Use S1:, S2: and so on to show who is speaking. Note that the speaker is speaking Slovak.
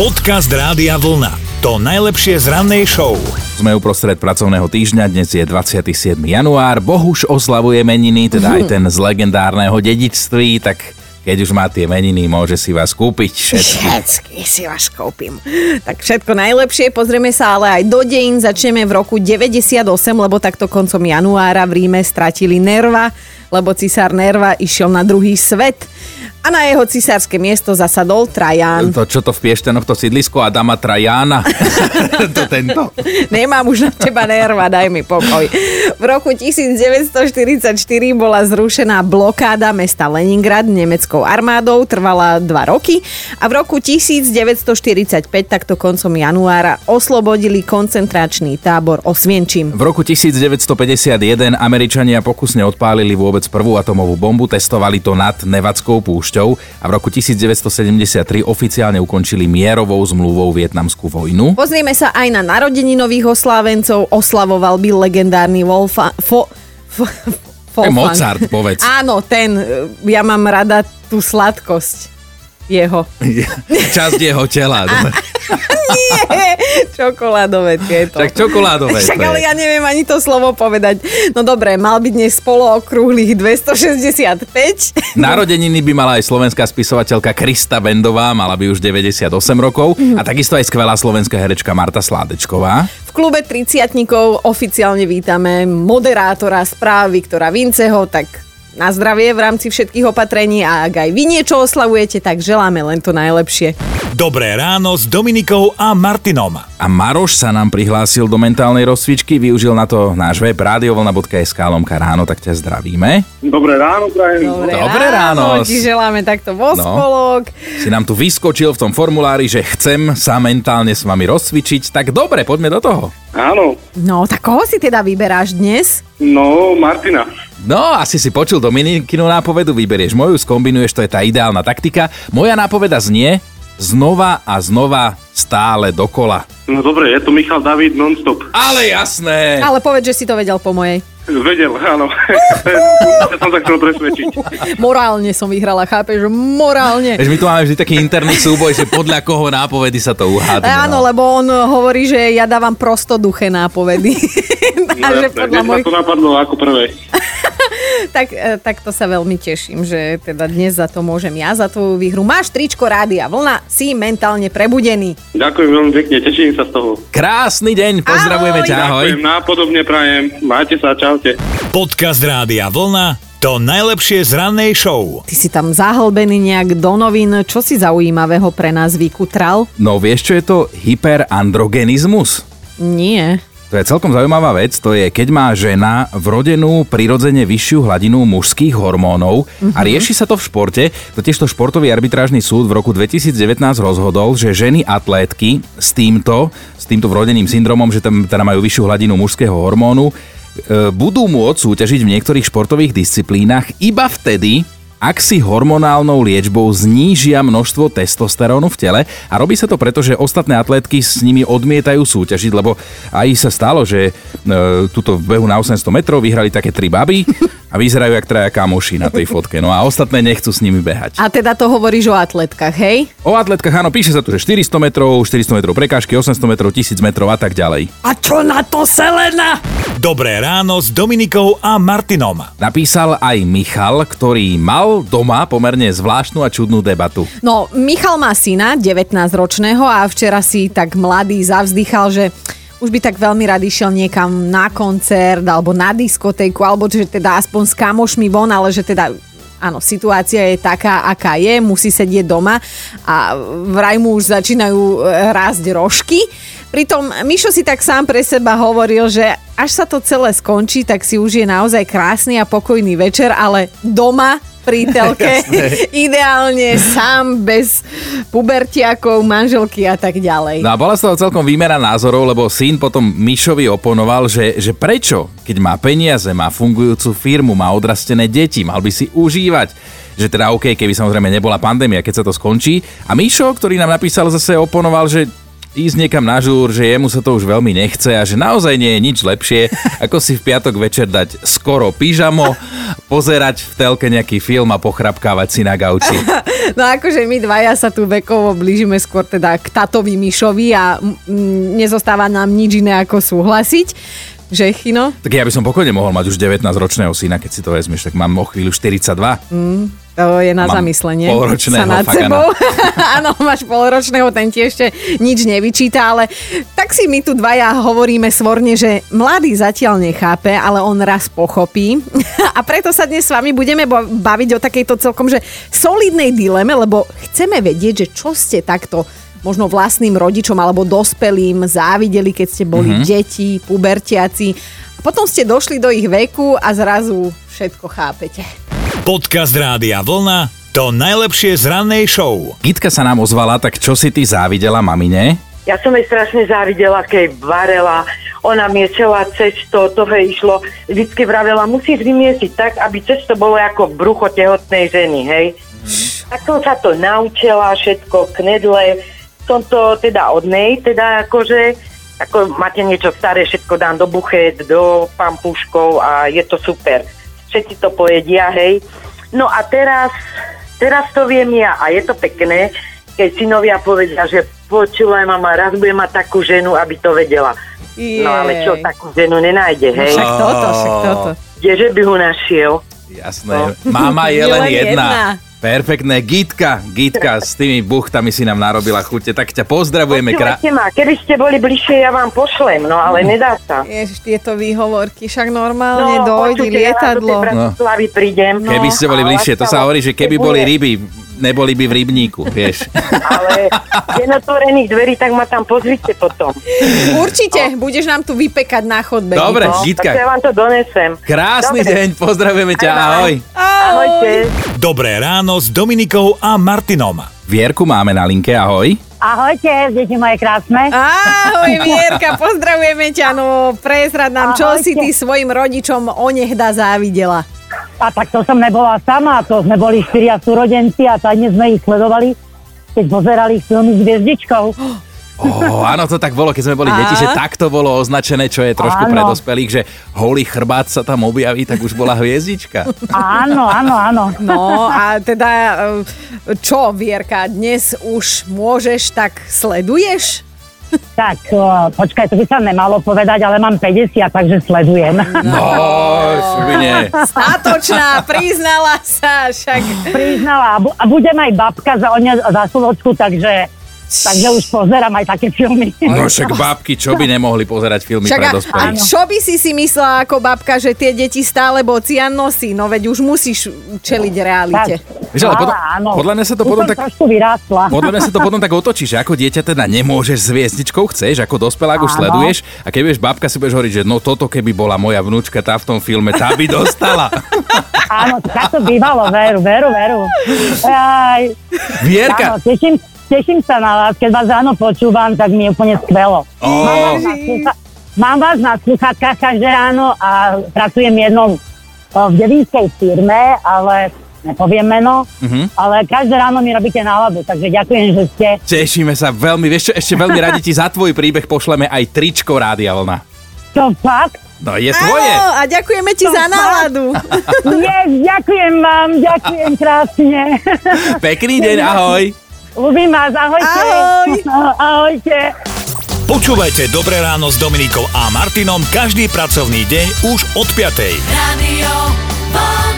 S1: Podcast Rádia Vlna. To najlepšie z rannej show.
S2: Sme uprostred pracovného týždňa, dnes je 27. január, Bohuž oslavuje meniny, teda aj ten z legendárneho dedičství, tak keď už má tie meniny, môže si vás kúpiť všetky.
S3: Všetky si vás kúpim. Tak všetko najlepšie, pozrieme sa ale aj do dejín. Začneme v roku 98, lebo takto koncom januára v Ríme stratili Nerva, lebo cisár Nerva išiel na druhý svet. A na jeho cisárske miesto zasadol Trajan.
S2: To, čo to v Pieštenoch, to sídlisko Adama Trajana. to tento.
S3: Nemám už na teba nerva, daj mi pokoj. V roku 1944 bola zrušená blokáda mesta Leningrad nemeckou armádou, trvala dva roky a v roku 1945, takto koncom januára, oslobodili koncentračný tábor Osvienčim.
S2: V roku 1951 Američania pokusne odpálili vôbec prvú atomovú bombu, testovali to nad Nevadskou púšťou a v roku 1973 oficiálne ukončili mierovou zmluvou vietnamskú vojnu.
S3: Pozrieme sa aj na narodeninových oslávencov. Oslavoval by legendárny Wolfa... Fo, fo, fo,
S2: To je Mozart, povedz.
S3: Áno, ten. e, Ja mám rada tú sladkosť jeho.
S2: Časť jeho tela.
S3: Nie, čokoládové tieto.
S2: Tak čokoládové.
S3: Však
S2: to je.
S3: ale ja neviem ani to slovo povedať. No dobre, mal by dnes spolo okrúhlych 265.
S2: Narodeniny by mala aj slovenská spisovateľka Krista Bendová, mala by už 98 rokov a takisto aj skvelá slovenská herečka Marta Sládečková.
S3: V klube 30 oficiálne vítame moderátora správy, ktorá Vinceho, tak na zdravie v rámci všetkých opatrení a ak aj vy niečo oslavujete, tak želáme len to najlepšie.
S1: Dobré ráno s Dominikou a Martinom.
S2: A Maroš sa nám prihlásil do mentálnej rozcvičky, využil na to náš web radiovolna.sk lomka ráno, tak ťa zdravíme.
S4: Dobré ráno, Prajem.
S2: Dobré ráno.
S3: Ti želáme takto vo
S2: No.
S3: spolok.
S2: Si nám tu vyskočil v tom formulári, že chcem sa mentálne s vami rozcvičiť, tak dobre, poďme do toho.
S4: Áno,
S3: No, tak koho si teda vyberáš dnes?
S4: no Martina.
S2: No, asi si počul Dominikinu nápovedu, vyberieš moju, skombinuješ, to je tá ideálna taktika. Moja nápoveda znie znova a znova stále dokola.
S4: No dobre, je to Michal David non-stop.
S2: Ale jasné!
S3: Ale povedz, že si to vedel po mojej.
S4: Vedel, áno. ja som sa chcel presvedčiť.
S3: Morálne som vyhrala, chápeš? Morálne.
S2: Vieš, my tu máme vždy taký interný súboj, že podľa koho nápovedy sa to uhádne.
S4: teda-
S3: Áno,
S2: no.
S3: lebo on hovorí, že ja dávam prostoduché nápovedy.
S4: No,
S3: a že
S4: jasné,
S3: podľa
S4: dnes ma
S3: mojich...
S4: to napadlo ako prvé.
S3: tak, e, tak to sa veľmi teším, že teda dnes za to môžem ja, za tvoju výhru. Máš tričko rádia vlna, si mentálne prebudený.
S4: Ďakujem veľmi pekne, teším sa z toho.
S2: Krásny deň, pozdravujeme ťa, ahoj.
S4: Ďakujem, nápodobne prajem. Majte sa, čaute.
S1: Podcast Rádia Vlna. To najlepšie z rannej show.
S3: Ty si tam zahlbený nejak do novín. Čo si zaujímavého pre nás vykutral?
S2: No vieš, čo je to hyperandrogenizmus?
S3: Nie.
S2: To je celkom zaujímavá vec, to je keď má žena vrodenú prirodzene vyššiu hladinu mužských hormónov a rieši sa to v športe. Totiž to športový arbitrážny súd v roku 2019 rozhodol, že ženy atlétky s týmto, s týmto vrodeným syndromom, že tam teda majú vyššiu hladinu mužského hormónu, e, budú môcť súťažiť v niektorých športových disciplínach iba vtedy, ak si hormonálnou liečbou znížia množstvo testosterónu v tele a robí sa to preto, že ostatné atlétky s nimi odmietajú súťažiť, lebo aj sa stalo, že e, tuto v behu na 800 metrov vyhrali také tri baby a vyzerajú jak traja kamoši na tej fotke. No a ostatné nechcú s nimi behať.
S3: A teda to hovoríš o atletkách, hej?
S2: O atletkách áno, píše sa tu, že 400 metrov, 400 metrov prekážky, 800 metrov, 1000 metrov a tak ďalej.
S3: A čo na to, Selena?
S1: Dobré ráno s Dominikou a Martinom.
S2: Napísal aj Michal, ktorý mal doma pomerne zvláštnu a čudnú debatu.
S3: No, Michal má syna, 19-ročného a včera si tak mladý zavzdychal, že už by tak veľmi rád išiel niekam na koncert alebo na diskotéku, alebo že teda aspoň s kamošmi von, ale že teda Áno, situácia je taká, aká je, musí sedieť doma a vraj mu už začínajú e, rásť rožky. Pritom Mišo si tak sám pre seba hovoril, že až sa to celé skončí, tak si už je naozaj krásny a pokojný večer, ale doma pri telke, ideálne sám, bez pubertiakov, manželky a tak ďalej.
S2: No a bola z toho celkom výmena názorov, lebo syn potom Mišovi oponoval, že, že prečo, keď má peniaze, má fungujúcu firmu, má odrastené deti, mal by si užívať. Že teda OK, keby samozrejme nebola pandémia, keď sa to skončí. A Mišo, ktorý nám napísal, zase oponoval, že ísť niekam na žúr, že jemu sa to už veľmi nechce a že naozaj nie je nič lepšie, ako si v piatok večer dať skoro pyžamo, pozerať v telke nejaký film a pochrapkávať si na gauči.
S3: No akože my dvaja sa tu vekovo blížime skôr teda k tatovi Mišovi a mm, nezostáva nám nič iné ako súhlasiť. Že Chino?
S2: Tak ja by som pokojne mohol mať už 19-ročného syna, keď si to vezmeš, tak mám o chvíľu 42.
S3: To je na
S2: Mám
S3: zamyslenie.
S2: polročného
S3: sa nad
S2: fagana.
S3: sebou. Áno, máš polročného, ten ti ešte nič nevyčíta, ale tak si my tu dvaja hovoríme svorne, že mladý zatiaľ nechápe, ale on raz pochopí. A preto sa dnes s vami budeme bo- baviť o takejto celkom, že solidnej dileme, lebo chceme vedieť, že čo ste takto možno vlastným rodičom alebo dospelým závideli, keď ste boli
S2: Mhm.
S3: mm-hmm. deti, pubertiaci. A potom ste došli do ich veku a zrazu všetko chápete.
S1: Podcast Rádia Vlna to najlepšie z rannej show.
S2: Gitka sa nám ozvala, tak čo si ty závidela mamine?
S5: Ja som jej strašne závidela, keď varela, ona miešala cesto, toho jej išlo. Vždycky vravela, musíš vymiesiť tak, aby cesto bolo ako brucho tehotnej ženy, hej. Tak som sa to naučila, všetko knedle. Som to teda od nej, teda akože, ako máte niečo staré, všetko dám do buchet, do pampuškov a je to super. Všetci to pojedia, hej. No a teraz, teraz to viem ja a je to pekné, keď synovia povedia, že počúvaj mama, raz budem mať takú ženu, aby to vedela. No ale čo,
S3: Jej.
S5: takú ženu nenájde, hej?
S3: Však toto, však toto.
S5: Kdeže by ho našiel?
S2: Jasné, mama je len jedna. Perfektné, Gitka, Gitka, s tými buchtami si nám narobila chute, tak ťa pozdravujeme. Krá...
S5: Počúvajte ma, keby ste boli bližšie, ja vám pošlem, no ale nedá sa.
S3: Ježiš, tieto výhovorky, však normálne dojde
S5: No, počujte, ja vám do tej
S3: lietadlo.
S5: Bratislavy prídem.
S2: No. Keby ste boli
S5: no, A
S2: bližšie, to sa
S5: Václav,
S2: hovorí, že keby
S5: keď
S2: boli
S5: bude-
S2: ryby, neboli by v rybníku, vieš.
S5: Ale jen otvorených dverí, tak ma tam pozrite potom.
S3: Určite, budeš nám tu vypekať na chodbe.
S2: Dobre,
S5: No,
S2: Žitka.
S5: tak ja vám to donesem.
S2: Krásny
S5: Dobre.
S2: deň, pozdravujeme ťa, ahoj.
S5: Ahojte.
S1: Dobré ráno s Dominikou a Martinom.
S2: Vierku máme na linke, ahoj.
S6: Ahojte, deti moje krásne.
S3: Ahoj, Vierka, pozdravujeme ťa. No, prezrad nám, čo
S6: Ahojte.
S3: si ty svojim rodičom onehda závidela.
S6: A tak to som nebola sama, to sme boli štyria súrodenci a tajne sme ich sledovali, keď pozerali filmy s hviezdičkou.
S2: Oh, áno, to tak bolo, keď sme boli
S3: Á.
S2: deti, že takto bolo označené, čo je trošku
S6: Áno.
S2: pre dospelých, že holý chrbát sa tam objaví, tak už bola hviezdička.
S6: Áno, áno, áno.
S3: No a teda, e, čo Vierka, dnes už môžeš, tak sleduješ?
S6: Tak, o, počkaj, to by sa nemalo povedať, ale mám 50, takže sledujem.
S2: No, čo by nie.
S3: Statočná, priznala sa, však
S6: Priznala, a, bu- a budem aj babka za, oňa, za Slovočku, takže, takže už pozerám aj také filmy.
S2: No však babky, čo by nemohli pozerať filmy
S3: Však
S2: pre
S3: a, a
S2: dospelých.
S3: čo by si si myslela ako babka, že tie deti stále bocian nosí? No veď už musíš čeliť realite.
S2: Vieš, ale potom- podľa mňa sa to
S6: Už
S2: potom
S6: som
S2: tak-
S6: trošku vyrástla.
S2: Podľa mňa sa to potom tak otočí, že ako dieťa teda nemôžeš s hviezdičkou, chceš, ako dospelák už
S6: Áno.
S2: sleduješ a keď budeš babka, si budeš hovoriť, že no toto keby bola moja vnúčka, tá v tom filme, tá by dostala.
S6: Áno, tak to bývalo, veru, veru, veru. Aj,
S2: Vierka,
S6: áno, teším, teším sa na vás, keď vás ráno počúvam, tak mi je úplne skvelo. Mám
S2: Ó.
S6: vás na slucha- Mám vás na sluchatkách každé ráno a pracujem jednou o, v devinskej firme, ale nepoviem meno, ale každé ráno mi robíte náladu, takže ďakujem, že ste.
S2: Tešíme sa veľmi, vieš čo, ešte veľmi radi ti za tvoj príbeh pošleme aj tričko Rádia Vlna.
S6: To fakt?
S2: No je tvoje.
S3: Áno, a ďakujeme ti za náladu.
S6: Yes, ďakujem vám, ďakujem krásne.
S2: Pekný deň, ahoj.
S6: Ľubím vás, ahojte.
S3: Ahoj.
S6: Ahojte.
S1: Počúvajte Dobré ráno s Dominikou a Martinom každý pracovný deň už od 5.
S7: Radio Vlna.